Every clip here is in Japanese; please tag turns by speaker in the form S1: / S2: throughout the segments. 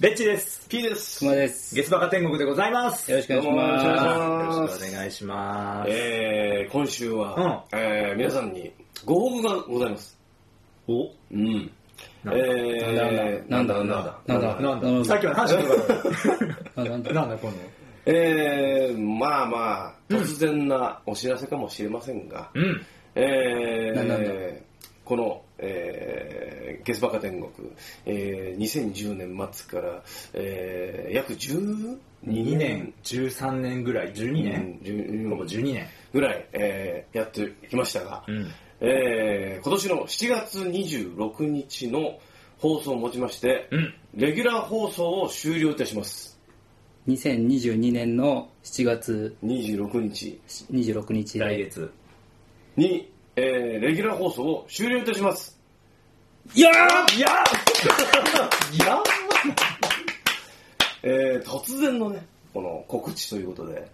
S1: レッチです。
S2: P です。
S3: 熊です。
S1: ゲスバカ天国でございます。
S3: よろしくお願いし
S2: どうも
S3: ま
S1: よろしくお願いします。
S2: えー、今週は、えー皆さんにご報告がございます。
S1: お
S3: す。うん。
S2: えー、
S3: なんだなんだな
S2: な
S3: んん
S2: だ
S3: だ
S1: なんださっきまで話してたから。
S3: な
S1: なんん
S3: だ
S1: だこの。
S2: えー、まあまあ、突然なお知らせかもしれませんが、
S1: うん。
S2: え
S3: ななんだ
S2: ー、この、えー、ゲスバカ天国、えー、2010年末から、えー、約12
S1: 2年、13年ぐらい、12年、
S2: うん
S1: ほぼ12年。
S2: ぐらい、えーやってきましたが、
S1: うん
S2: えー今年の7月26日の放送をもちまして、
S1: うん
S2: レギュラー放送を終了いたします。
S3: 2022年の7月
S2: 26日
S3: 26日
S1: 来月。
S2: に、えーレギュラー放送を終了いたします。
S3: いや
S1: いやいや
S2: えー突然のね、この告知ということで、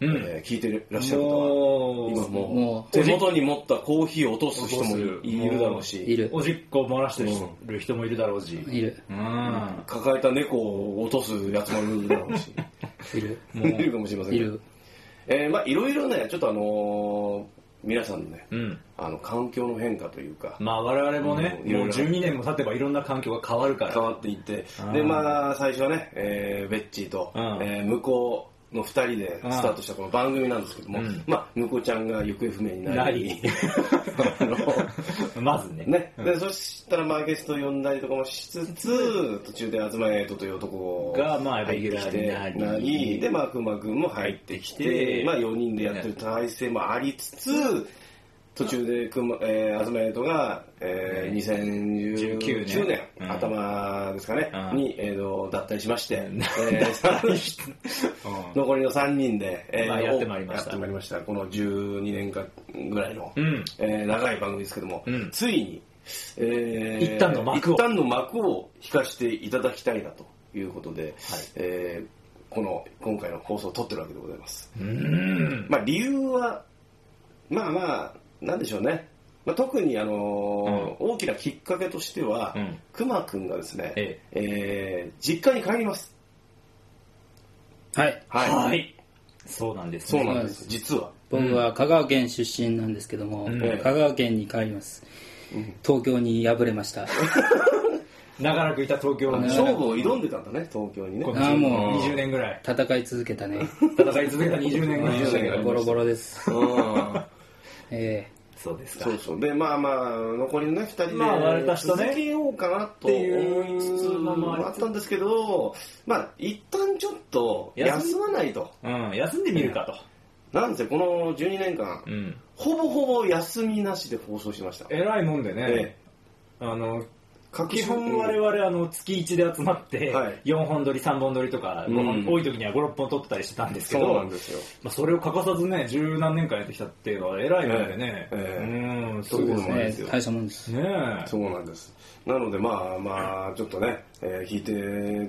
S1: うん
S2: えー聞いてらっしゃる方は、
S1: も
S2: 今
S1: う、
S2: も
S3: も
S2: う
S3: う
S2: 手元に持ったコーヒーを落とす人もいる
S1: 落とす
S2: いるだろうし、
S3: いる。
S1: おしっこを漏らしてる人もいるだろうし。
S3: いる。
S1: うん。
S2: 抱えた猫を落とすやつもいるだろうし、
S3: いる。
S2: いるかもしれません
S3: い
S2: けど
S3: る。
S2: えーまあいろいろね、ちょっとあのー皆さんのね、
S1: うん。
S2: あの環境の変化というか、
S1: まあ我々もね、
S2: うんいろ
S1: も
S2: いうろ
S1: 12年も経てばいろんな環境が変わるから。
S2: 変わっていって
S1: ん、
S2: で、まあ、最初はね、えーベッチーと、
S1: うん
S2: えー向こうの2人でスタートしたこの番組なんですけども、
S1: うん
S2: まあ、向こうちゃんが行方不明にな
S1: な
S2: り
S1: り、
S2: あの
S1: まずね。
S2: ね、でそしたら、まあ、ゲスト呼んだりとかもしつつ、途中で東エイトという男
S1: がまあ
S2: 入ってき
S1: レギ
S2: て
S1: ュラーに
S2: な
S1: なり
S2: り、で、まあ、くまくんも入ってきて、
S1: で
S2: まあ、4人でやってる体制もありつつ、途中でくま、えー、東エイトが、えー、
S1: 19
S2: 2019年、
S1: うん
S2: 頭ですかね、
S1: うん
S2: に、えーと、脱退しまして、え
S1: ん
S2: ー
S1: う
S2: 残りの3人で、え
S1: まあやってまいりました
S2: やってまいりました。この12年間ぐらいの、
S1: ん。
S2: えー長い番組ですけども、
S1: うん
S2: ついに、えー
S1: 一旦の幕を
S2: 一旦の幕を引かしていただきたいなということで、えーこの今回の放送を撮ってるわけでございます、
S1: うん。
S2: まあ、理由はまあまあなんでしょうね、まあ、特に、あのー大きなきっかけとしては、
S1: うん
S2: くまくんがですね、
S1: え
S2: えー実家に帰ります
S3: はい。
S2: はい、
S1: はい。そうなんです
S2: そう
S1: ね。
S2: なんです実は
S3: 僕は香川県出身なんですけども、
S1: うん
S3: 香川県に帰ります。東京に敗れました。
S1: 長らくいた東京の
S3: ね
S2: 勝負を挑んでたんだね東京にね
S1: この
S3: ああもう
S1: 20年ぐらい。
S3: 戦い続けたね。
S1: 戦い続けた20年ぐらい。
S2: 20年
S3: ボロボロです。
S2: うん
S3: え
S1: そうですか
S2: そ。うそう。で、まあまあ、残りのね、二人で、
S1: まあ割れた人ね
S2: 続けようかなと思いつつもあったんですけど、まあ、一旦ちょっと休まないと。
S1: うん。休んでみるか
S2: なんせ、この12年間
S1: と。う、ん。
S2: ほぼほぼ休みなしで放送してました。
S1: 偉いもんでね
S2: え。
S1: あの、
S2: 各
S1: 基
S2: 週
S1: 本我々あの月1で集まって
S2: はい
S1: 4本撮り3本撮りとか
S2: うん
S1: 5本多い時には56本撮ってたりしてたんですけ
S2: そうな
S1: ど
S2: んですよ。
S1: まあそれを欠かさずね十何年間やってきたっていうのは偉いもんでね
S2: ええ
S1: うんすごいもん
S2: そう
S1: で
S2: ですす
S3: え
S1: よ
S2: よ
S3: 大したもんです。
S1: ねえ
S2: そうなんです。なので、まあまあ、ちょっとね、えー聞いて、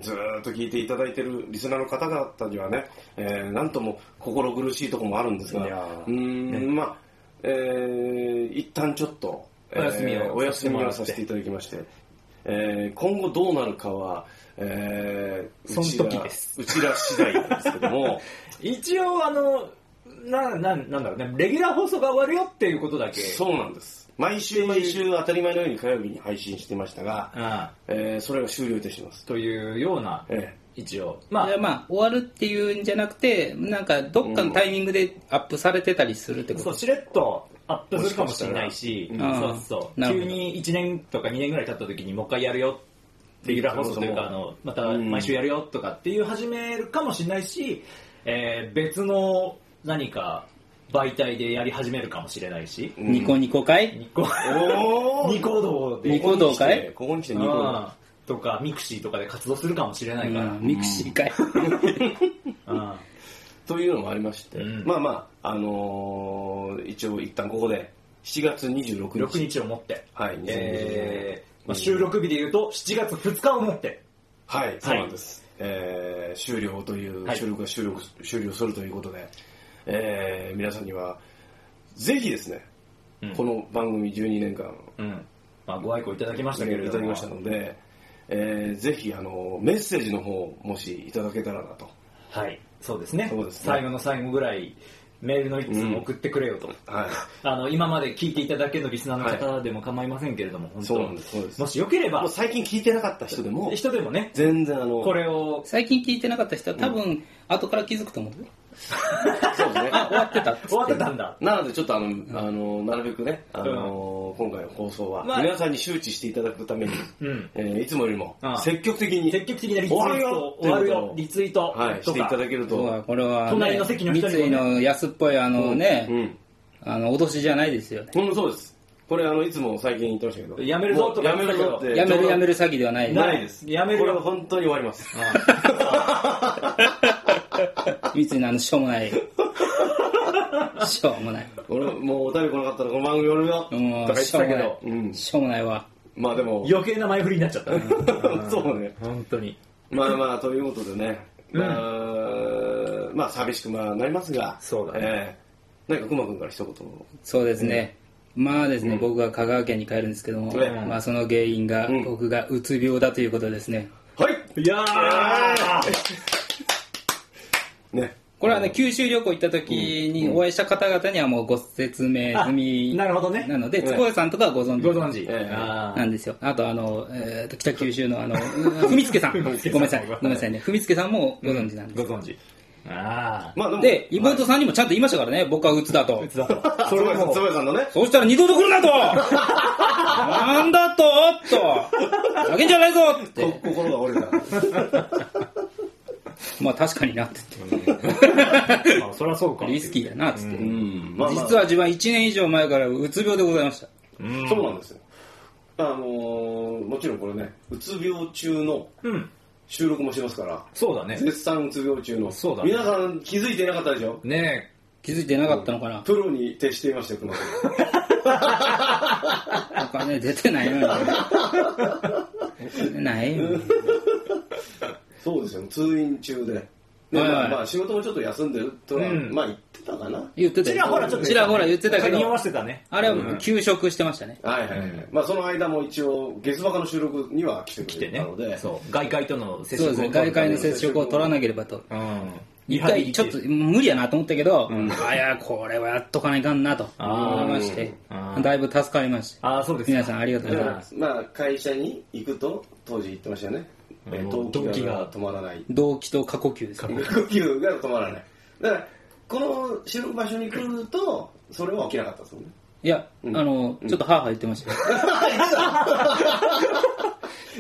S2: ずーっと聞いていただいてるリスナーの方々にはね、えーなんとも心苦しいところもあるんですが、
S1: いやー
S2: うーん、まあ、えー一旦ちょっと、えー
S1: お休みを
S2: お休みをさせていただきまして、えー今後どうなるかは、えー
S1: その時です
S2: うちらうちら次第なんですけ ども、
S1: 一応あのなななんだろうねレギュラー放送が終わるよっていうことだけ
S2: そうなんです。毎週毎週当たり前のように火曜日に配信してましたが、
S1: うん、
S2: えーそれが終了いたします。
S1: というような
S2: え
S1: 一応ま
S3: で
S1: あ
S3: まあ、終わるっていうんじゃなくて、なんか、どっかのタイミングでアップされてたりするってこ
S1: そう
S3: と
S1: しれっとアップするかもしれないし
S2: もし
S3: かしたら
S1: うんそうそう
S3: なるほ
S1: 急
S3: ど
S1: に1年とか2年ぐらい経った時にもう一回やるよレギュラー放送というかあのまた毎週やるよとかっていう始めるかもしれないし、えー別の何か媒体でやり始めるかもしれないし、
S2: え
S3: ニコニコかい
S1: ニコ
S2: おー
S1: ニコ動で
S3: ニコ動かい
S2: ここに来て
S1: う
S2: ニコ動
S1: んとかミクシーとかで活動するかもしれないから、
S3: うんミクシーかい
S1: うん
S2: というのもありまして、
S1: うん
S2: まあまあ、あのー一応一旦ここで7月26
S1: 6
S2: 日
S1: 日をもって、
S2: はい2020年
S1: えーまあ、収録日でいうと7月2日をもって、
S2: はいそうなんです、えー終了という、
S1: はい
S2: 収録が終了終了するということで、えー皆さんにはぜひですね、
S1: うん
S2: この番組12年間
S1: うんまあ、ご愛顧いただきましたけれども
S2: いただきましたので、えーぜひあのメッセージの方をもしいただけたらなと。
S1: はい、そうですね。
S2: そうですね
S1: 最後の最後ぐらい、メールの一通も送ってくれよと。
S2: はい。
S1: あの、今まで聞いていただけのリスナーの方でも構いませんけれども、本当
S2: そうなんですそうです
S1: もしよけれ
S2: もう
S1: ば、
S2: 最近聞いてなかった人でも、
S1: 人でもね、
S2: 全然あの、
S1: これを、
S3: 最近聞いてなかった人は多分、後から気づくと思う。
S2: そうですね。
S3: あ、終わってたっつって。
S1: 終わってたんだ。
S2: なのでちょっとあの、あの、なるべくね、あの、今回の放送は、
S1: まあ
S2: 皆さんに周知していただくために、
S1: うん
S2: えーいつもよりも
S1: ああ
S2: 積極的に、
S1: 積極的なリツイ
S2: 終わる
S1: ー
S2: よ
S1: ト、
S2: ってい
S1: 終
S2: う
S1: わる
S2: こと
S1: よ
S2: を、
S1: リツイート
S2: はい、し
S1: と
S2: てい
S1: か
S2: た、だける
S3: そうだ
S2: と、
S3: これは、ね、
S1: 隣の席の人にもね
S3: 三井の安っぽいあのね、
S2: うん。
S3: あの脅しじゃないですよね。
S2: うん、そうです。これあの、いつも最近言ってましたけど、
S1: やめるぞとか
S2: もうやめるぞって。
S3: やめるやめる
S2: る。
S3: 詐欺ではない、
S1: な
S2: ないです。
S1: やめる
S2: こ
S1: よ
S2: れは本当に終わります。
S3: 三井のあのしょうもない。しょうもない。
S2: 俺、もうお便り来なかったらこの番組やるよ、とか言
S3: も
S2: っ
S3: う、
S2: て
S3: しょう
S2: た
S3: も
S2: け
S3: な
S2: ど
S3: い、。
S2: うん。
S3: しょうもないわ。
S2: まあでも、
S1: 余計な前振りになっちゃった。
S2: そうね。
S1: 本当に。
S2: まあまあ、ということでね、
S1: うん
S2: まあ、まあ、寂しくまあなりますが、
S1: そうだ
S2: ね。なんか、くまくんから一言。
S3: そうですね。まあですね、僕は香川県に帰るんですけども、
S2: うん
S3: まあその原因が、
S2: うん
S3: 僕がうつ病だということですね。
S2: はい
S1: いやー
S2: ね。
S3: これはね、九州旅行行った時にお会いした方々にはもうご説明済み
S1: あなるほどね
S3: なので、
S2: うん
S3: つこやさんとかはご存
S1: ご
S3: 知
S1: 存知。
S2: ええ
S1: あー
S3: なんですよ。あと、あの、えーと、北九州の、あの、ふみつけさん。ごめん
S1: 文
S3: な
S1: さ
S3: さ
S1: ん
S3: い。ごめんなさいね。ふみつけさんもご存知なんです
S1: ご。存知。あ
S2: まあでも、
S3: で、妹さんにもちゃんと言いましたからね、僕は鬱だと
S1: あ。。つだと。
S2: そ
S1: そ
S2: れ
S1: れ
S2: は
S1: は
S2: も
S1: も
S2: う、つばやさんのね、
S3: そうしたら二度と来るなとなんだとおっと負けんじゃないぞっ
S2: こ
S3: て。
S2: 心が 折れた。
S3: まあ確かになって
S1: う、 まあそれはそうか。
S3: リスキーだなっつって。
S2: ん。まあまあ
S3: 実は自分は1年以上前からうつ病でございました。
S1: うん
S2: そうなんですよ。あのー、もちろんこれね、うつ病中の
S1: うん。
S2: 収録もしてますから、
S1: そうだね。
S2: 絶賛うつ病中の。
S1: そうだね
S2: 皆さん気づいてなかったでしょ
S1: ね
S3: 気づいてなかったのかな
S2: プロに徹していましたよ、熊くん。
S3: お金出てないのに。お金ないのに。
S2: そうですよ、通院中で。で
S3: はい
S2: ま
S3: は
S2: あ、
S3: い
S2: まあ仕事もちょっと休んでるとは、
S1: うん
S2: まあ言ってたかな。はい
S3: 言って
S1: え。
S3: た
S1: ち
S3: よ
S1: らほらちょっと。
S3: ちらほら言ってたけ
S1: に合わ
S3: ど、
S1: せてたね。
S3: あれは僕休職してましたね。
S2: はいはい。まあその間も一応、月バカの収録には来て
S1: 来
S2: く
S1: て
S2: れた
S1: ね
S2: ので、。
S1: そう。外界との接
S3: そう
S1: 触
S3: で
S1: を取る
S3: すね、外
S1: ため
S3: 界
S1: に
S3: の接触を取らなければと。
S1: うん。
S3: 一回ちょっと無理やなと思ったけど、あいやこれはやっとかないかんなと
S1: あー
S3: 思いまして
S1: あー
S3: だいぶ助かりました
S1: ああ、そうですか
S3: 皆さんありがとうご
S2: だ
S3: ざ
S2: か
S3: いま
S2: ら
S3: す、
S2: まあ会社に行くと、当時言ってましたよね。えー
S1: うん
S2: 動
S1: 動
S2: 機
S1: 機
S2: が
S1: が
S2: 止まらない。
S3: 動機と過呼吸ですね
S2: 呼吸が止まらない。だから、この収録場所に来ると、それは起きなかったですもんね。
S3: いや、あのちょっとハーハー言ってましたよ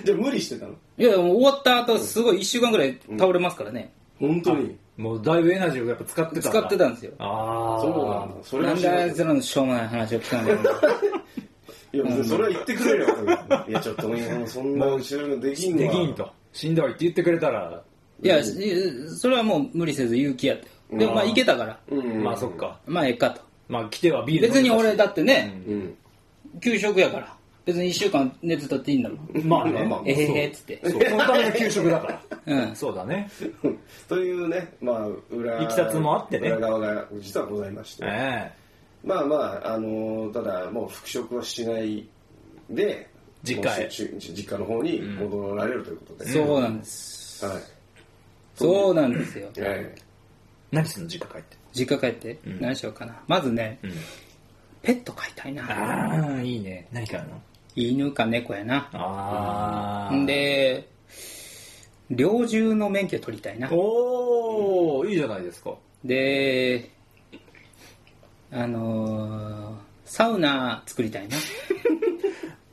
S2: じゃあ無理してたの
S3: いやもう終わった後すごい1週間ぐらい倒れますからね、
S2: 本当に。
S1: もうだいぶエナジーをやっぱ使ってたんだ。
S3: 使ってたんですよ
S1: ああ。
S2: そうなんだ。それ
S3: な
S2: は
S3: ん
S2: 知
S3: で
S2: ら
S3: あ
S2: ないい
S3: つらのしょうもない話を聞かないの
S2: いや、それは言ってくれよ。いや、ちょっと、もうそんな収録できんの
S1: で
S2: は
S1: きんと。しんどいって言ってくれたら、
S3: いやしそれはもう無理せず勇気やってでもまあいけたから
S2: うん。
S1: まあそっか。
S3: まあええかと
S1: まあ来てはビール飲ん
S3: 別
S1: でた
S3: に
S1: し
S3: 俺だってね、
S2: うん。
S3: 休職やから別に1週間寝てたっていいんだもん
S1: まあね。
S2: まあまあ
S3: えへへっつって
S1: そうそのための給食だから。
S3: うん
S1: そうだね。
S2: という ね、まあ、裏、
S1: いきさつもあってね
S2: 裏側が実はございまして。
S1: ええ
S2: まあまあ、あのーただ、もう復職はしないで、
S1: 実家へ
S2: もうしゅし実家の方に戻られるということで。
S3: そうなんです
S2: はい。
S3: そうなんですよ
S2: え
S1: 何すんの実家帰って。
S3: 実家帰って、何しようかなまずね、ペット飼いたいな
S1: ああ、いいね。何かあるの
S3: 犬か猫やな
S1: ああ。
S3: ん、で猟銃の免許取りたいな
S1: おお、いいじゃないですか。
S3: であのーサウナ作りたいな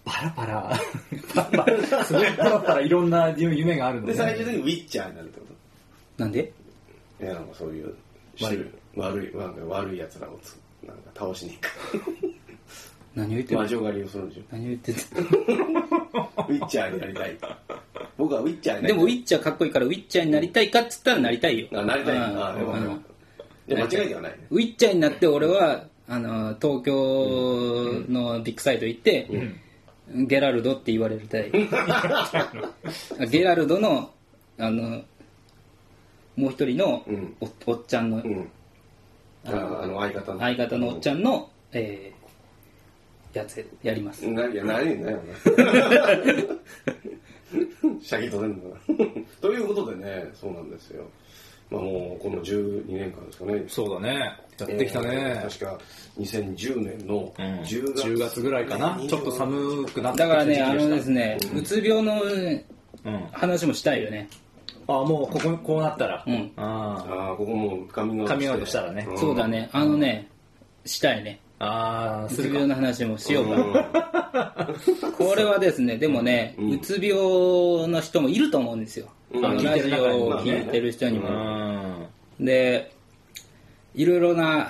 S1: パラパラ。パラパラ。 すごいパラパラいろんな夢がある
S2: え
S1: の
S2: で、
S1: で、
S2: 最終的にウィッチャーになるってこ
S3: なんで
S2: といや、なんかそういう、
S1: 悪い
S2: 悪い、なんか悪い奴らをつなんか倒しに行く。
S3: 何を言ってる
S2: 魔女狩りをするんでしょ。
S3: 何を言ってる
S2: ウィッチャーになりたい。僕はウィッチャーになりたい。
S3: でもウィッチャーかっこいいからウィッチャーになりたいかっつったらなりたいよ
S2: あなりたい。
S3: うん
S2: あでも
S3: うん
S2: いや間違いではないね。
S3: ウィッチャーになって俺はあの東京のビッグサイト行って、ゲラルドって言われるた いゲラルドのあのもう一人の
S2: うん
S3: お,、っちゃんの
S2: うん。あのあの相方の。
S3: 相方のおっちゃんの、えーやつやります
S2: な。いや、ないね。シャキッと出るんだな。ということでね、そうなんですよ。まあもう、この12年間ですかね。
S1: そうだね。やってきた
S2: えー
S1: ね。
S2: 確か2010年の
S1: うん
S2: 10月,、
S1: 10月ぐらいかな。ちょっと寒くなって
S3: だ
S1: きた
S3: から
S1: 時期
S3: ね、あの
S1: した
S3: です。ね、うつ病の
S1: うん。
S3: 話もしたいよね。
S1: あ、もうここ、こうなったら。
S3: うん
S1: あ
S2: ああここもうカミングアウト
S1: カミングアウトしたらね
S2: ん
S3: そうだね、あのね、したいね。
S1: ーあー、
S3: う
S1: す
S3: つ
S1: る
S3: 病
S1: か。
S3: の話もしようか
S2: うん
S3: これはですね、でもね、
S2: うん
S3: うつ病の人もいると思うんですよ。
S2: うん
S3: あの
S1: 聞い
S3: ラ
S1: て
S3: ジ
S1: る中に
S3: オを
S1: まあね
S3: 聞いてる人に
S1: う
S3: も。
S1: ん。
S3: で、いろいろな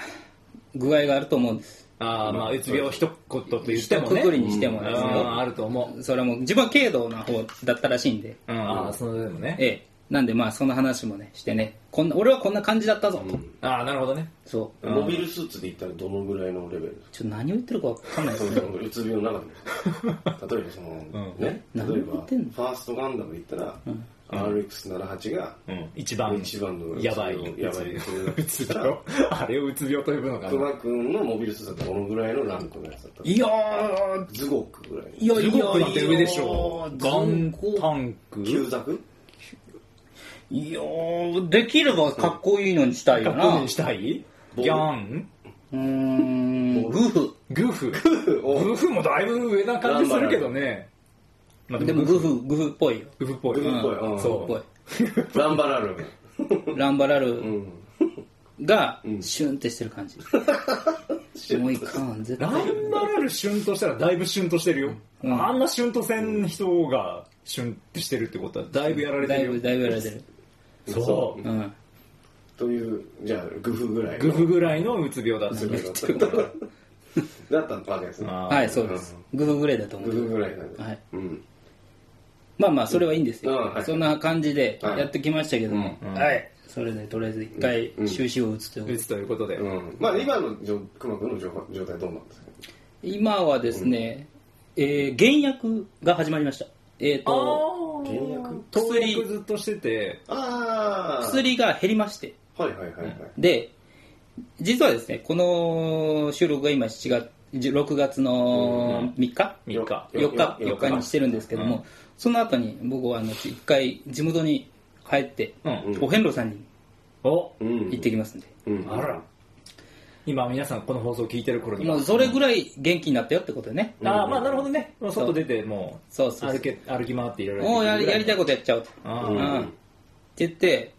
S3: 具合があると思うんです。
S1: ああ、まあ、うつ病一言と言っ
S3: 一
S1: てもね。
S3: 括りにしても
S1: う
S3: で
S1: ん、
S3: すよ。
S1: あると思う。
S3: それはもう自分は軽度な方だったらしいんで、
S1: うん、ああ、それでもね。
S3: ええ。なんでまあその話もね、してね、こんな、俺はこんな感じだったぞと。
S1: ああ、なるほどね。
S3: そ
S2: うんモビルスーツで言ったらどのぐらいのレベルです
S3: う。ちょっと何を言ってるかわかんないで
S2: か
S3: す
S2: そ
S3: ね。
S2: のうつ病の中でも例えばその、
S1: ん
S2: ね例えば
S3: 何
S2: フ
S3: 言ってんの
S2: ァーストガンダムで言ったら、RX78 が
S1: うん。一番、
S2: 一番の
S1: やばい。
S2: やばい
S1: いうつ病。 あれをうつ病と呼ぶのか
S2: ト
S1: な。
S2: ラ君のモビルスーツだったらどのぐらいのランクのやつだったの
S1: いやー、
S2: ズゴックぐらい
S3: いやいやい
S1: 15分なんて上で
S3: や
S1: しょ。ガンタンク
S2: 旧作
S3: いやーできればかっこいいのにしたいよ
S1: 格
S3: な。
S1: 好にしたいギャン
S3: うーん、グーフ。
S1: グフ。グフもだいぶ上な感じするけどね。まあ
S3: でもグーフ、グーフっぽいよ。
S1: グフっぽい。
S2: グフっぽいうん
S1: そ
S3: っぽ
S1: う。
S2: ランバラル
S3: い。ランバラ
S2: う
S3: ル
S2: ん
S3: が、シュンってして る感じ。もういかん、絶
S1: ラ
S3: 対。
S1: ンバラルシュンとしたらだいぶシュンとしてるよ。
S3: うん
S1: あんなシュンとせん人がシュンってしてるってことはだいぶやられ
S3: だ
S1: て
S3: い
S1: る
S3: ぶ、
S1: よ。
S3: だいぶやられてる。
S1: そうう。
S3: ん。
S2: というじゃあグフぐらいの
S1: グフぐらいのうつ病だった。
S2: だったわけですね
S1: あー
S3: はい、そうです。グーフぐらいだと思
S2: グフ
S3: う。
S2: ぐらいなんで
S3: はい
S2: うん
S3: まあまあ、それはいいんです
S2: うんは
S3: よ
S2: い。
S3: そんな感じで
S2: はい
S3: やってきましたけども。
S1: うん
S3: はい。それで、とりあえず一回、終止を打つということ
S1: う
S3: で
S1: つということで。
S2: うんまあ今のじょ熊君の状状態どうなんですか
S3: 今はですね、えー減薬が始まりました。えっと、
S2: 契約
S1: 投
S3: 薬
S1: 薬ずっとしてて、
S2: ああ
S3: 薬が減りまして。
S2: はいはいはいはい
S3: で、実はですね、この収録が今7月、6月の3日、
S1: 3日。
S2: うん
S3: 4日、
S2: よ
S3: 4日にしてるんですけども、
S1: うん
S3: その後に僕はあの一回地元に帰って、
S1: うん
S3: お遍路さんに
S1: お
S2: うん
S3: 行ってきますんで、
S2: うん
S1: あら。今皆さんこの放送を聞いてる頃に
S3: も
S1: は
S3: う。それぐらい元気になったよってことでね、
S1: ああ、まあなるほどね。もう外出てもう
S3: そうそうそう
S1: 歩け歩き回っていろいろ。
S3: もうやりやりたい
S1: こ
S3: ことやっちゃおうと、
S1: と。あ
S2: う
S1: ー
S2: ん
S3: うんって言って、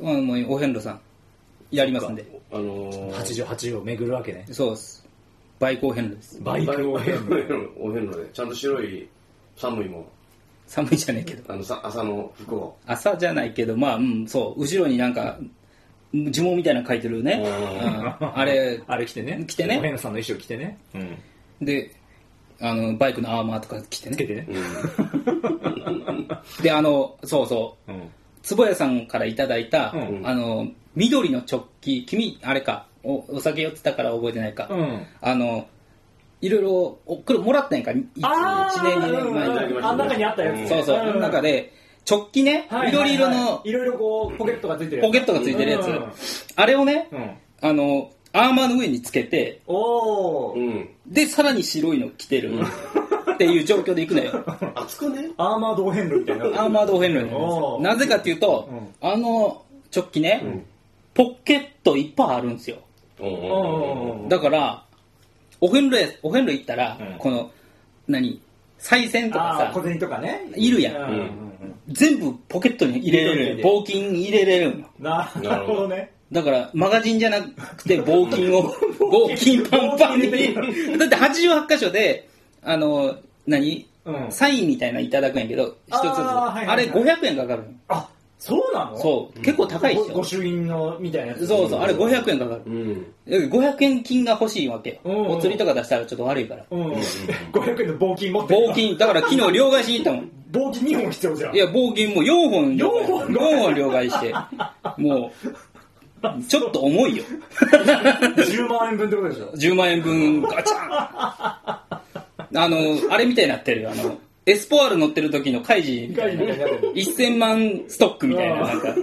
S3: うんもうお遍路さんやりますんで、
S2: あのー
S1: 88を巡るわけね。
S3: そうです。売行遍路です。
S1: バイクを遍路。
S2: お遍路でちゃんと白い寒いもん
S3: 寒いじゃねえけど。
S2: あのさ朝の服を
S3: 朝じゃないけど、まあ、うん、そう、後ろになんか、呪文みたいなの書いてるね。うんあれ、
S1: あれ着てね。
S3: 着てね
S1: お遍路さんの衣装着てね。うん。
S3: で、あの、バイクのアーマーとか着て
S1: つけ
S3: ね。
S1: てね。
S3: で、あの、そうそ
S1: うん。
S3: う、坪谷さんからいただいた、
S1: うん
S3: あの、緑のチョッキ、君、あれか、おお酒酔ってたから覚えてないか。
S1: うん。
S3: あの、いろいろ、おこれもらったんやんか、1年、2年前
S2: うん
S3: に。
S1: あん中にあったやつ。
S3: そうそう、
S1: ん
S3: の中、で、チョッキね、
S1: はい
S3: 緑色
S1: はいは
S3: の
S1: いいろいろこう、ポケットがついてるやつ。
S3: ポケットがついてるやつ、
S1: うん
S3: あれをね、
S1: うん。
S3: あの、アーマーの上につけて、
S1: お
S2: う
S1: ー。
S2: ん
S3: で、さらに白いの着てるっていう状況で行くのよ。
S2: 熱くね
S1: アーマード遍路みたいな。
S3: アーマードオフェンロイ
S1: おー
S3: なぜかっていうと、
S1: う
S3: あのチョッキね、ポケットいっぱいあるんですよ。
S2: うんうん
S1: うんうん
S3: だから、オフェンロイ、オフェンロイ行ったら、
S1: うん
S3: この、何、再銭と
S1: あ
S3: か
S1: ー小
S3: さ、
S1: 銭とかね。
S3: いるやん
S1: う
S2: うん
S1: うん
S3: 全部ポケットに入れれる。
S1: 入れれる
S3: 棒金入れれるの。
S1: なるほどね。
S3: だから、マガジンじゃなくて、棒金を、棒金パンパンに。
S1: 棒
S3: だ
S1: 金
S3: って88箇所で、あの、何
S1: うん
S3: サインみたいなのいただくんやけど、一つ
S1: あ
S3: ずつ。
S1: ーはいはいはい
S3: あれ500円かかるの
S1: あ、そうなの
S3: そう。結構高いでし
S1: ごご
S3: ょ。
S1: 朱印のみたいなやつ。
S3: そうそう、あれ500円かか
S2: う
S3: る。
S2: ん
S3: 500円金が欲しいわけよ。
S1: うんうん
S3: お釣りとか出したらちょっと悪いから。
S1: うん。500円の棒金持ってる
S3: 棒。金、だから昨日両替しに行った もん。
S1: 棒金2本必要じゃん。
S3: いや、棒金もう4本両
S1: 4
S3: 替。
S1: 本
S3: 4本両替して。もう、ちょっと 重いよ。
S1: 10万円分ってことでしょ。
S3: 10万円分ガチャンあの、あれみたいになってるよ。あの、エスポワール乗ってる時のカイジみたいな。1000万ストックみたいな、なんか、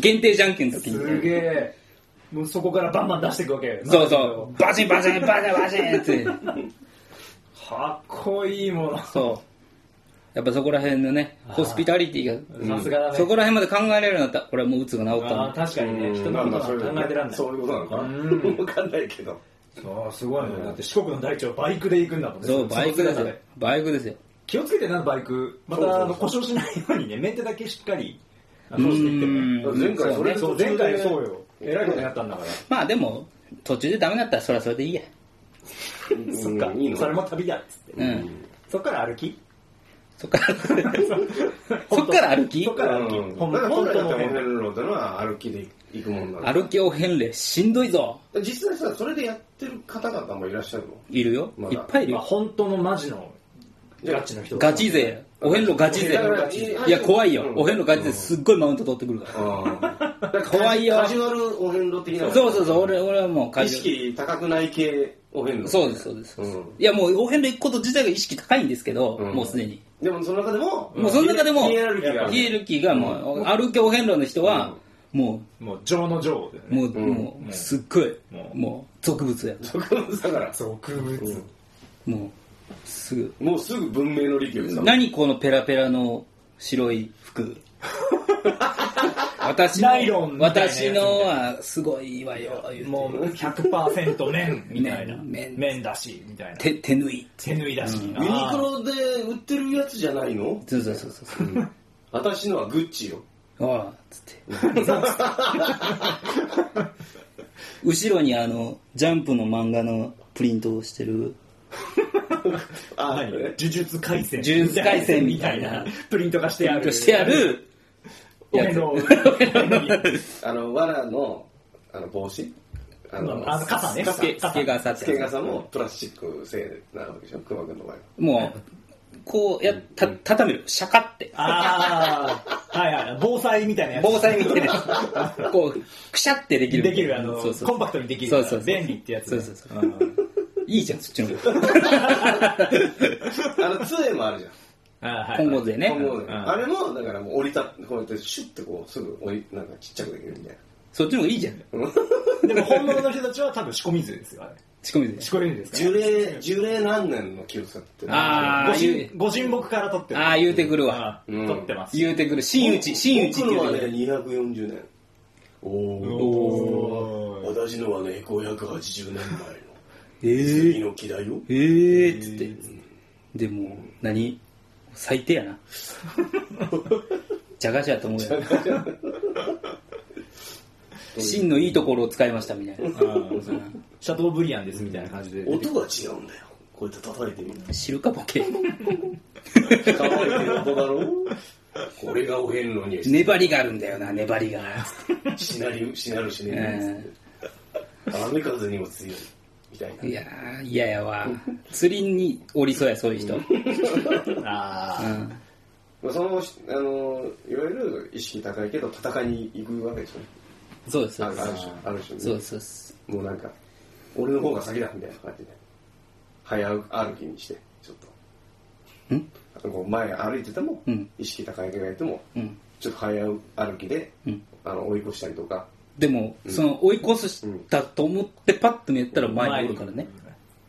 S3: 限定じゃんけんの時に。
S1: すげえ。もうそこからバンバン出していくわけ。
S3: そうそう、バチンバチンバチンバチンって。
S1: う。かっこいいもの。
S3: そやっぱそこら辺のね、ホスピタリティが、
S1: さすがだね。
S3: そこら辺まで考えられるようになった。俺はもう鬱が治った
S1: あ
S3: の
S1: ー。確かにね、人の
S2: な
S1: こ
S2: ん
S1: と
S2: だ
S1: は考
S2: そういう
S1: えてらんない。
S2: そういうことなのか
S1: うん
S2: なわかんないけど
S1: そうすごいね。だって四国の大地をバイクで行くんだもんね。
S3: そう、バイクですよ。バイクですよ。
S1: 気をつけてな、バイク。ま
S2: そうそうそ
S1: た、
S2: う
S1: あの、故障しないようにね、メンテだけしっかり、あ
S3: う
S1: のしていってもら
S3: ん
S2: 前回それ
S1: えそう、前回そうよ。えらいことになったんだから。
S3: まあでも、途中でダメだったらそれはそれでいいや。
S2: うん
S1: そっか、
S2: いいの
S1: それも旅だっつって。
S3: うん。
S1: そっから歩き
S3: そっから、 そっから歩き
S1: そっから歩き。
S2: うん
S1: 本
S2: だから本来
S1: 当
S2: だっ
S1: の
S2: てモ
S1: 本
S2: ンヘルローってのは歩きで行くもんなんだ
S3: 歩きお遍歴しんどいぞ。
S2: 実際さそれでやってる方々もいらっしゃるの
S3: いるよ。
S2: まだ
S3: いっぱいいる
S1: まあ
S3: よ。
S1: 本当のマジのガチの人。
S3: ガチ勢。お遍路ガチ勢
S2: い。やいや
S3: いや、怖いよ
S2: う。ん
S3: お遍路ガチ勢すっごいマウント取ってくるから。
S2: ああ
S3: 怖いよ
S2: カジュアルお遍路的な
S3: そうそうそう、俺俺はもう
S2: 意識高くない系お遍路
S3: そうです、そうです。
S2: うん
S3: いや、もうお遍路行くこと自体が意識高いんですけど、
S2: うん
S3: もうすでに。
S2: でもその中でも
S3: もうその中でも、
S2: ヒエラルキーがある
S3: ヒエラルキーがもう、歩きお遍路の人は、も
S1: もう、情の情だよ
S3: う、
S1: ね。
S3: もう、もう、すっごい、
S1: もう
S3: もう、俗物や。
S2: そこだから
S1: 俗物。
S3: もう、すぐ。
S2: もうすぐ文明の利休さん
S3: 何このペラペラの白い 服。私の
S1: ナイロンみたいなやつ
S3: 私のはすごいわよ、言うて
S1: もう100%麺みたいな。
S3: 麺
S1: 麺だし、みたいな。
S3: 手、手縫い。
S1: 手縫いだし。ユニ
S2: ユニクロで売ってるやつじゃないの
S3: そうそうそうそう。
S2: 私のはグッチよ
S3: ああ、つって。後ろにあの、ジャンプの漫画のプリントをしてる。
S2: あ
S1: 何呪術廻戦。
S3: 呪術廻戦みたいな
S1: プリントがしてある。
S3: して あ。る、
S1: 俺 の。
S2: あの藁のあの帽子あ
S1: あの傘ね
S3: スケ、スケガサって
S2: 付け
S3: やつ。
S2: 傘もプラスチック製なわけでしょ熊くんの場合は
S3: もう、こうや、た、畳める。シャカって。
S1: ああ、はいはい。防災みたいなやつ。
S3: 防災みたいな。 こう、くしゃってできる。
S1: できる、あの、
S3: そうそう
S1: コンパクトにできる。
S3: そうそうそう
S1: 便利ってやつ。
S3: そうそうそう
S1: うん。
S3: いいじゃん、そっちの方が。
S2: あの杖もあるじゃん
S1: あーはい
S3: 今後でね。
S2: 今後
S1: ん
S2: あれもだからもう折りたこうやってシュッてこうすぐ折りなんかちっちゃくできるみたいな
S3: そっちの方がいいじゃん。
S1: でも本物の人たちは多分仕込み図ですよ、あれ。
S3: 仕込みで
S1: 仕。込み図ですから
S2: 樹齢樹齢何年の木を使ってる
S3: あー
S1: ご
S3: 言
S1: 神
S3: う
S1: ご神木から撮ってる。
S3: ああ、言うてくるわ。
S1: あ
S2: うん
S1: ー、撮ってます。
S3: 言うてくる。真打ち、真打ちって
S2: 僕
S3: 言
S2: の
S3: う
S2: は
S3: て
S2: ね
S3: くる。
S2: 240年お
S1: おー
S2: 私のはね580年前の
S3: えー
S2: 杉の木だよ
S3: えーっつって。でも、何最低 やな。じゃがしやと思うよ。真のいいところを使いましたみたいな。
S1: うんシャトーブリアンですみたいな感じで。
S2: 音が違うんだよこうやって叩いてみる
S3: 知るかボケ。
S2: 可愛い音だろこれがお遍路に
S3: 粘りがあるんだよな、粘 りが。
S2: しなりしなるしね
S3: う
S2: 雨風にも強いみたいなん
S3: いやー、嫌やわ。釣りにおりそうや、そういう人。う
S1: あ
S3: ん
S2: まあ、そのあのいわゆる意識高いけど戦いに行くわけでしょ
S3: そうです、そ
S2: あ
S3: う
S2: る
S3: で
S2: ある
S3: す。
S2: 種ある種ね
S3: そうですそうです。
S2: もうなんか俺の方が先だみたいな感じで早歩きにしてちょっと
S3: ん
S2: あとこう前歩いてても、
S3: うん
S2: 意識高いけがいても、
S3: うん。
S2: ちょっと早歩きで、
S3: うん
S2: あの追い越したりとか
S3: でも、その、追い越したと思ってパッと見やったら
S1: ー
S3: 前におるからね。。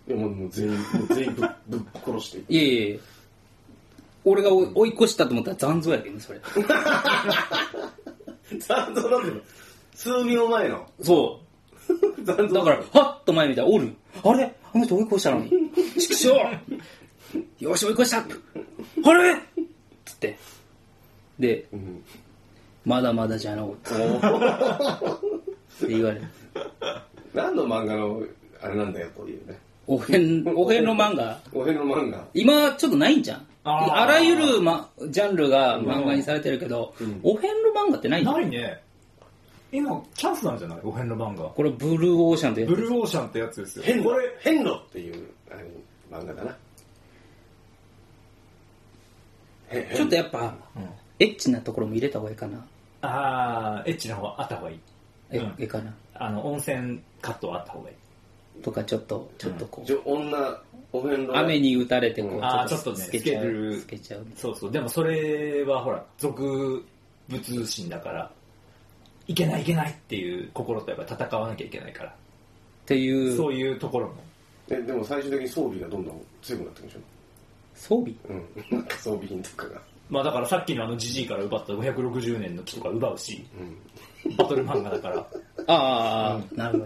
S2: いやもうもう全員もう全員ぶっぶっ殺してい く
S3: いやいやいや俺が追い追い越したと思ったら残像やけどね、 それ。
S2: 残像なんだよ数秒前の
S3: そう。
S2: 残像
S3: だから、はっと前見たら、おる。あれあの人追い越したの に。ちくしょうよし、追い越したあれつって。で、
S2: ん
S3: まだまだじゃのうって言われる。
S2: 何の漫画のあれなんだよというね
S3: おへん、おへんの漫画。
S2: お遍路漫画
S3: 今、ちょっとないんじゃん。
S1: あー
S3: あらゆる、ま、ジャンルが漫画にされてるけど、おへんの漫画ってないんじゃん
S1: ないね。今、チャンスなんじゃないお遍路漫画。
S3: これ、ブルーオーシャンってやつ
S1: ブルーオーシャンってやつですよ。
S2: 変路
S1: これ、
S2: 変路っていうあれ漫画だなへ
S3: ちょっとやっぱ、エッチなところも入れた方がいいかな。
S1: あー、エッチな方があった方がいい。
S3: え、
S1: うん
S3: いいかな。
S1: あの、温泉カットはあった方がいい。
S3: とか、ちょっと、ちょっとこう
S2: じ。ょ女お遍路
S3: 雨に打たれてこう、
S2: うん
S1: あーちょっとね
S3: 透けちゃ
S1: 透ける
S3: う。透けちゃう。
S1: そうそう。でもそれはほら、俗物心だから、いけないいけないっていう心とやっぱ戦わなきゃいけないから。
S3: っていう。
S1: そういうところも。
S2: えでも最終的に装備がどんどん強くなってくるでしょ
S3: 装備
S2: うん、なんか装備品とかが。
S1: まあだからさっきのあのジジイから奪った560年の木とか奪うし、バトル漫画だから。
S3: ああ、なるほ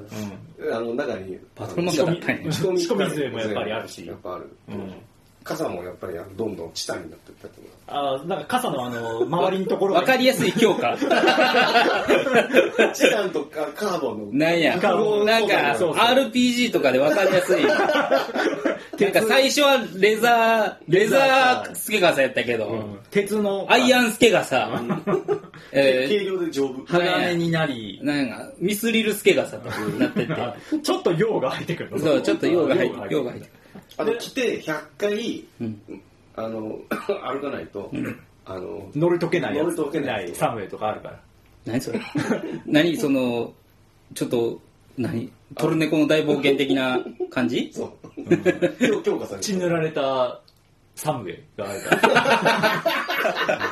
S3: ど。
S2: あの中に
S3: バトルマスターだったんや
S1: 仕込み仕込み勢もやっぱりあるし
S2: やっぱある、
S1: ん
S2: 傘もやっぱりどんどんチタンになってったりとか
S1: ああ、なんか傘のあの、周りのところ
S3: わかりやすい強化。
S2: チタンとかカーボンの
S3: なんや、
S1: カーボン
S3: なんか
S1: そうそう
S3: RPG とかでわかりやすい。なんか最初はレザー、レザースケガサやったけど、
S1: うん鉄の、
S3: アイアンスケガサ、え
S2: 軽量で丈夫
S3: ー
S1: 鋼になり
S3: ー、、なんかミスリルスケガサとかにな ってて、
S1: ちょっと用が入ってくるの
S3: そう、ちょっと用が入って、用が入
S1: る
S3: って。
S2: あと来て100回、
S3: うん
S2: あの 歩かないと、あの
S1: 乗り溶けないやつ。
S2: 乗り溶けない
S1: サムウェイとかあるから。
S3: 何それ何その、ちょっと、何トルネコの大冒険的な感じ
S2: そう強強化され
S1: 血
S2: て
S1: 塗られたサムウェイがあるから。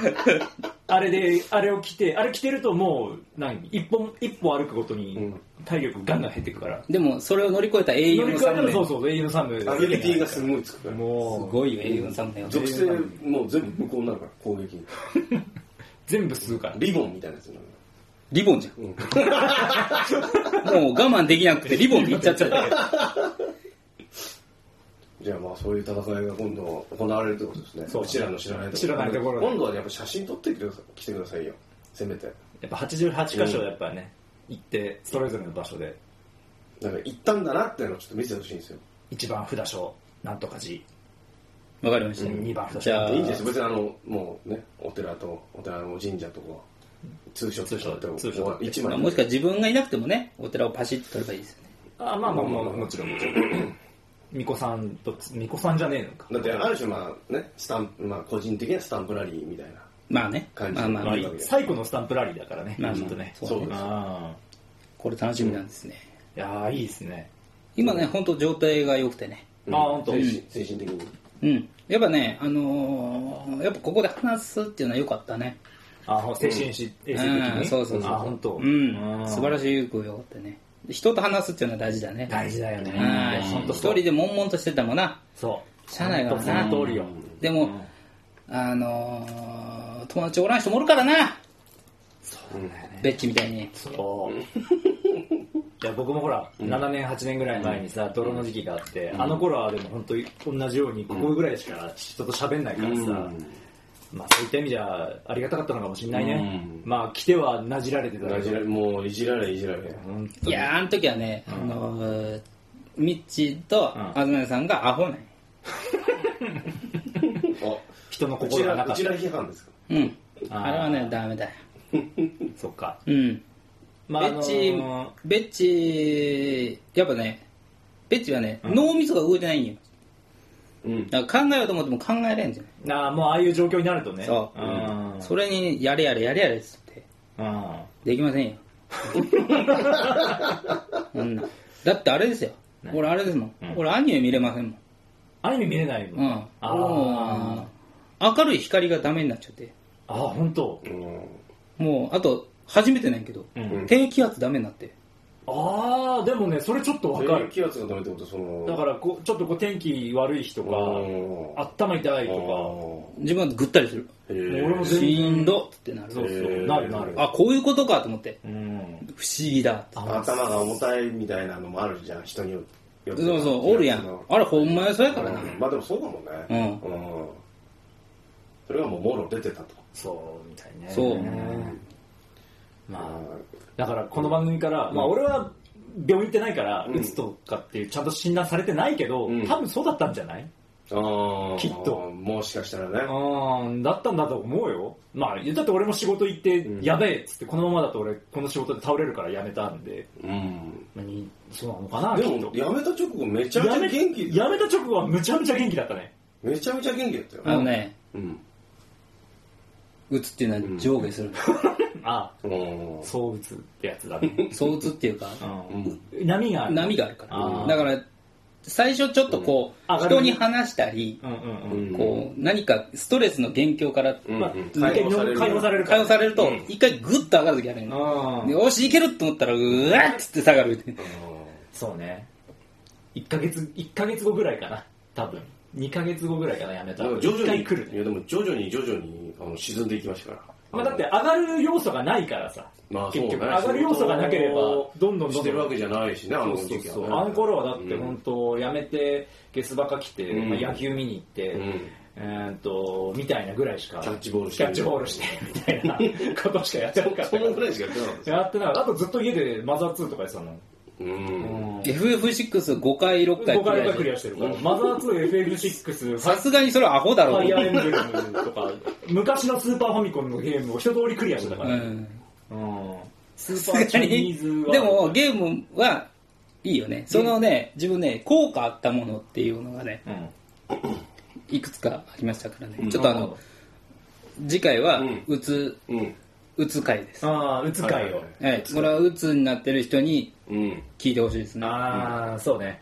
S1: あれで、あれを着て、あれ着てるともう、何一歩、一歩歩くごとに体力ガンガン減ってくから。
S3: でも、それを乗り越えた英雄
S1: 乗り
S3: の
S1: 越えた
S3: サム
S1: ら
S3: ネ。
S1: そう
S3: す
S1: そう、英雄のサムウェイ
S2: アビリティがすごいつくから
S1: もう、
S3: ごいよ、英雄のサムネは。
S2: 属性もう全部無効になるから攻撃に
S1: 全部吸うから。
S2: リボンみたいなやつになる
S3: リボンじゃん。 もう我慢できなくてリボンって言っちゃっちゃったけど。
S2: じゃあまあそういう戦いが今度行われるってことですね。
S1: そう
S2: うちらの知らないところ。
S1: 知らないところで
S2: 今度はやっぱ写真撮ってきてください。来てくださいよ。せめて。
S1: やっぱ88箇所やっぱね、行って、それぞれの場所で、
S2: なんか行ったんだなっていうのをちょっと見せてほしいんですよ。
S1: 一番札所、なんとか寺、
S3: わかりました。
S1: 二番札
S3: じゃあ
S1: 所、
S3: ー
S2: いいんですよ。別にあの、もうね、お寺と、お寺の神社とか、通所
S1: 通所
S2: と
S1: 通所
S2: こう一
S3: まあ
S2: 枚。
S3: もしか自分がいなくてもね、お寺をパシッと取ればいいですよね。
S1: あまあまあまあ、もちろん、もちろん。巫女さんと、巫女さんじゃねえのか。
S2: だってある種まあね、スタンプ、まあ個人的なスタンプラリーみたいな。
S3: まあね。
S2: 感じ
S3: まあまあ
S1: ま
S3: ま
S1: あ
S3: あ
S2: いいわけ、
S1: 最古のスタンプラリーだからね、
S3: まあまあ
S1: ちょっとね。
S3: そう
S2: ね
S1: あ
S3: これ楽しみなんですね。
S1: ーいやーいいですね。
S3: 今ね、ほんと状態が良くてね。
S1: あーほんと
S2: 精神精神的に。
S3: うん。やっぱね、あのーやっぱここで話すっていうのは良かったね。
S1: あー精神し、衛生的
S3: う
S1: に。
S3: ん、そうそうそう。
S1: あー、本当。
S3: うん。素晴
S1: しい。
S3: らしい有効よかったね。人と話すっていうのは大事だね。
S1: 大事だよね。
S3: はい。
S1: ほんと
S3: 一
S1: そう
S3: 人で悶々としてたもんな。
S1: そう。
S3: 社内が
S1: ほんとそ
S3: な
S1: の通りよ。
S3: でも、あのー友達おらん人もおるからな。
S1: そうだよね。
S3: ベッチみたいに。
S1: そう。いや僕もほら、7年、8年ぐらい前にさ、泥の時期があって、あの頃はでも本当に同じように、ここぐらいしか人と喋んないからさ、まあそういった意味じゃありがたかったのかもしれないね。まあ来てはなじられてた
S2: な
S1: け
S2: じ
S1: ど、
S2: られもういじられいじられ。
S1: 本当
S3: い
S1: に
S3: やー、あの時はね、あのーミッチーと
S1: うん
S3: 東根さんがアホね。
S2: あ、
S1: 人の
S2: うち
S1: 心が
S2: ら、
S1: なかっ
S2: う
S1: た
S2: ち。ら批判ですか
S3: うん。
S1: あー
S3: あれはね、ダメだよ。
S1: そっか。
S3: うん。
S1: ま
S3: ベッチ
S1: あのー
S3: ー、ベッチー、やっぱね、ベッチーはね、脳みそが動いてないんよ。
S2: うん。
S3: だから考えようと思っても考えれんじゃない。
S1: あーもうああいう状況になるとね。
S3: そうんそれに、やれやれやれやれっつって、
S1: うん
S3: できませんよ。 そんなだってあれですよ。俺あれですもん。俺アニメ見れませんもん。
S1: アニメ見れないも。
S3: うんん。
S1: あ
S3: も
S1: ー
S3: う明るい光がダメになっちゃって。
S1: あー、本当。
S2: うん
S3: もう、あと、初めてなんやけど、
S1: うん
S3: 低気圧ダメになって。
S1: ああ、でもね、それちょっとわか
S2: 低
S1: る。
S2: 気圧がダメってことその、
S1: だからこう、ちょっとこう天気悪い日とか、
S2: うん
S1: 頭痛いとか、
S3: 自分はぐったりする。
S2: へ
S1: もう
S2: ー
S1: 俺も
S3: し
S1: 全
S3: ん
S1: 員、
S3: どってなる。
S1: そうそ
S2: へ
S1: う、
S2: ー
S1: なるなる。
S3: あ、こういうことかと思って。
S1: うん。
S3: 不思議だ。
S1: あ
S2: 頭が重たいみたいなのもあるじゃん人によって
S3: そうそう、おるや。
S2: うん
S3: あれ、ほんまやそうやからな。
S2: んまあでもそうだもんねうん、それがもうもろ出てたと
S1: そう、みたいね。
S3: そう
S1: まあ、
S2: あ
S1: だからこの番組から、まあ俺は病院行ってないから、うつとかっていう、ちゃんと診断されてないけど、
S2: ん
S1: 多分そうだったんじゃない
S2: あ
S1: きっと
S2: もしかしたらね
S1: うん、だったんだと思うよ。まあ、だって俺も仕事行って、やべえっつって、このままだと俺、この仕事で倒れるから辞めたんで、
S2: うん
S1: まあにそうなのかな、
S2: で
S1: きっ
S2: も
S1: と
S2: やめた直後めちゃめ
S1: や
S2: ちゃ
S1: め
S2: 元気
S1: やめた直後はむちゃむちゃ元気だった ね。
S2: めちゃめちゃ元気だったよ
S3: あのね、
S2: うん
S3: 打つっていうのは上下する。
S1: あ
S2: うん
S1: あ、そう打つってやつだね。
S3: そう打つっていうか、
S1: うん波がある。
S3: 波があるか
S1: あ
S3: ら。
S1: ー
S3: だから、最初ちょっとこ
S1: うん
S3: う、
S1: 上がる
S3: 人に話したり、
S1: うんうんうん。
S3: こう、何かストレスの元凶から
S2: うん
S1: まあ、
S2: うん
S1: 一回日本語解放されるか
S3: 解
S1: ら。
S3: 放されると、一回グッと上がるときあるんよ。
S1: うん
S3: でよし、いけると思ったら、うわっつって下がる。
S1: そうね。1ヶ月、一ヶ月後ぐらいかな、多分。 2ヶ月後ぐらいからやめた。
S2: でも徐々
S1: 一回
S2: に
S1: 来る、
S2: い
S1: ね。
S2: やでも徐々に徐々にあの沈んでいきましたから。
S1: まあ、だって上がる要素がないからさ。
S2: まあそう
S1: 結
S2: ね、
S1: 局、上がる要素がなければ、どんどんどんどん。
S2: してるわけじゃないしね、あ
S1: そ
S2: の
S1: うそ
S2: 時
S1: う
S2: 期
S1: そう
S2: は、ね。
S1: あの頃はだって本当やめてゲスバカ来て、
S2: うん
S1: まあ、野球見に行って、
S2: うん
S1: えーっとみたいなぐらいしか
S2: キャッチボールして
S1: キャッチボールしてみたいなことしかやってなかっ
S2: そ
S1: たか
S2: のぐ
S1: ら
S2: らいしかやってなかったです
S1: やってなかったあとずっと家でマザー2とかやってたの、
S2: うん。
S3: FF65 回6回
S1: 5
S3: くら
S1: 回
S3: い
S1: ぐらいクリアしてるから、マザー 2FF6 フ
S3: さすがにそれはアホだろ
S1: ァイアーエンブレムとか昔のスーパーファミコンのゲームを一通りクリアしてたか
S3: う
S1: ら、
S3: ん
S1: うんスーパー
S3: さす
S1: チ
S3: が
S1: ャイニーズ
S3: に
S1: は
S3: でもゲームはいいよねそのね自分ね効果あったものっていうのがね
S1: うん
S3: いくつかありましたからねちょっとあの次回は
S2: うん
S3: うつ
S2: うん。
S3: うつ回です
S1: ああ打つか
S2: はい
S1: よ、
S2: はいはい
S3: はいこれはうつになってる人に
S2: うん。
S3: 聞いてほしいですね
S1: ああ、そうね。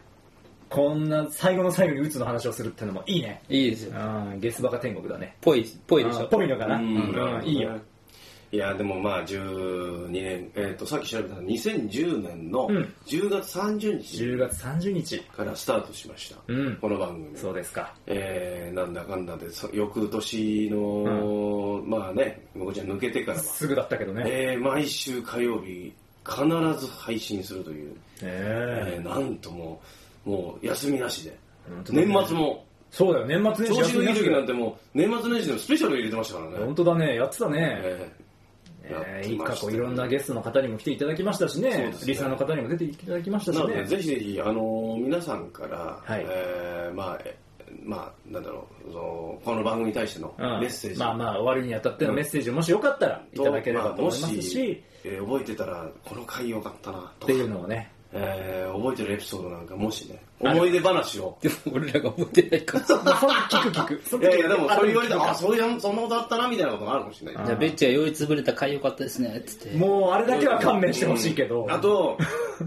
S1: こんな最後の最後に鬱の話をするってのもいいね。
S3: いいですよ
S1: うん、ゲスバカ天国だね。
S3: ぽいぽいでし
S1: あー
S3: ょ
S1: ぽいのかな。うん
S2: うん、
S1: いいよ。。
S2: いや、でもまあ、12年、えっ、と、さっき調べた2010年の
S1: うん
S2: 10月30日
S1: 10月30日。
S2: からスタートしました。
S1: うん
S2: この番組。
S1: そうですか。
S2: えー、なんだかんだで、そ翌年の、まあね、僕ちゃん抜けてからは、
S1: すぐだったけどね。
S2: えー、毎週火曜日、必ず配信するという、え
S1: え
S2: ー、なんともう、もう休みなしで、
S1: 本当だね
S2: 年末も、
S1: そうだよ、年末年
S2: 調
S1: 始
S2: 子のいい時なん
S1: て。
S2: てもう、年末年始でもスペシャル入れてましたからね
S1: 本。当だね、やってたね。
S2: え
S1: え
S2: や
S1: ーい
S2: って
S1: い
S2: ま
S1: 過
S2: した
S1: 去いろんなゲストの方にも来ていただきましたしね
S2: です、ね
S1: リスナーの方にも出ていただきました
S2: な
S1: し
S2: ので、
S1: ね。
S2: ぜひぜひ、あの皆さんから、
S1: はい
S2: えーまあ、えまあ、なんだろう、そのこの番組に対しての
S1: うん
S2: メッセージ、
S1: まあまあ、終わりにあたってのメッセージもしよかったらいただければと思いま
S2: まあ
S1: す
S2: も
S1: し
S2: し、えー覚えてたら、この回良かったな、
S1: っ
S2: とか
S1: ていうのをね、
S2: えー覚えてるエピソードなんか、もしね、思い出話を。
S3: でも俺らが覚えてない からじ
S1: 聞く聞く。
S2: いやいや、でも、それ言われた ら、あ、そういう、そんなことあったな、みたいなことがあるかもしれない。
S3: ゃあベッチは酔いつぶれた回良かったですねっつって
S1: もうあれだけは勘弁してほしいけど、
S2: うんあと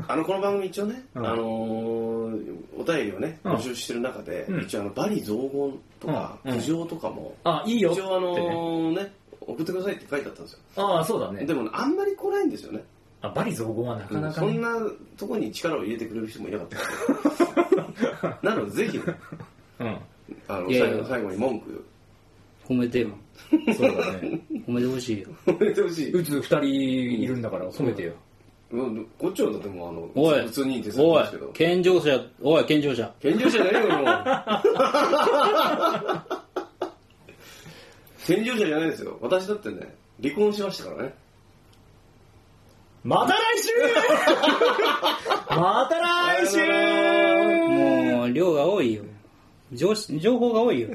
S2: あのこの番組一応ね、
S1: うん
S2: あのーお便りをね
S1: うん
S2: 募集してる中で、
S1: うん
S2: 一応あのバリ雑言とか、
S1: うんうん
S2: 苦情とかも、
S1: あいいよって
S2: 一応あの
S1: ね
S2: ーね送ってくださいって書いてあったんですよ
S1: ああそうだね
S2: でもあんまり来ないんですよね
S1: あバリ雑言はなかなか
S2: そ
S1: ね、
S2: んなとこに力を入れてくれる人もいな かったなのでぜひね
S1: うん
S2: あの
S3: いやい
S2: 最
S3: や
S2: 後最後に文句
S3: 褒めてよ
S1: そうだね
S3: 褒めてほしいよ
S2: 褒めてほしい、
S1: うつ二人いるんだから褒めてよ、
S2: うんこっちはだってもうあの
S3: おい
S2: 普通に手伝って
S3: お
S2: ま
S3: い
S2: すけど
S3: 健常者おい健常者
S2: 健常者じゃねえよもう健常者じゃないですよ私だってね離婚しましたからね
S1: また来週また来週
S3: もう量が多いよ情情報が多いよ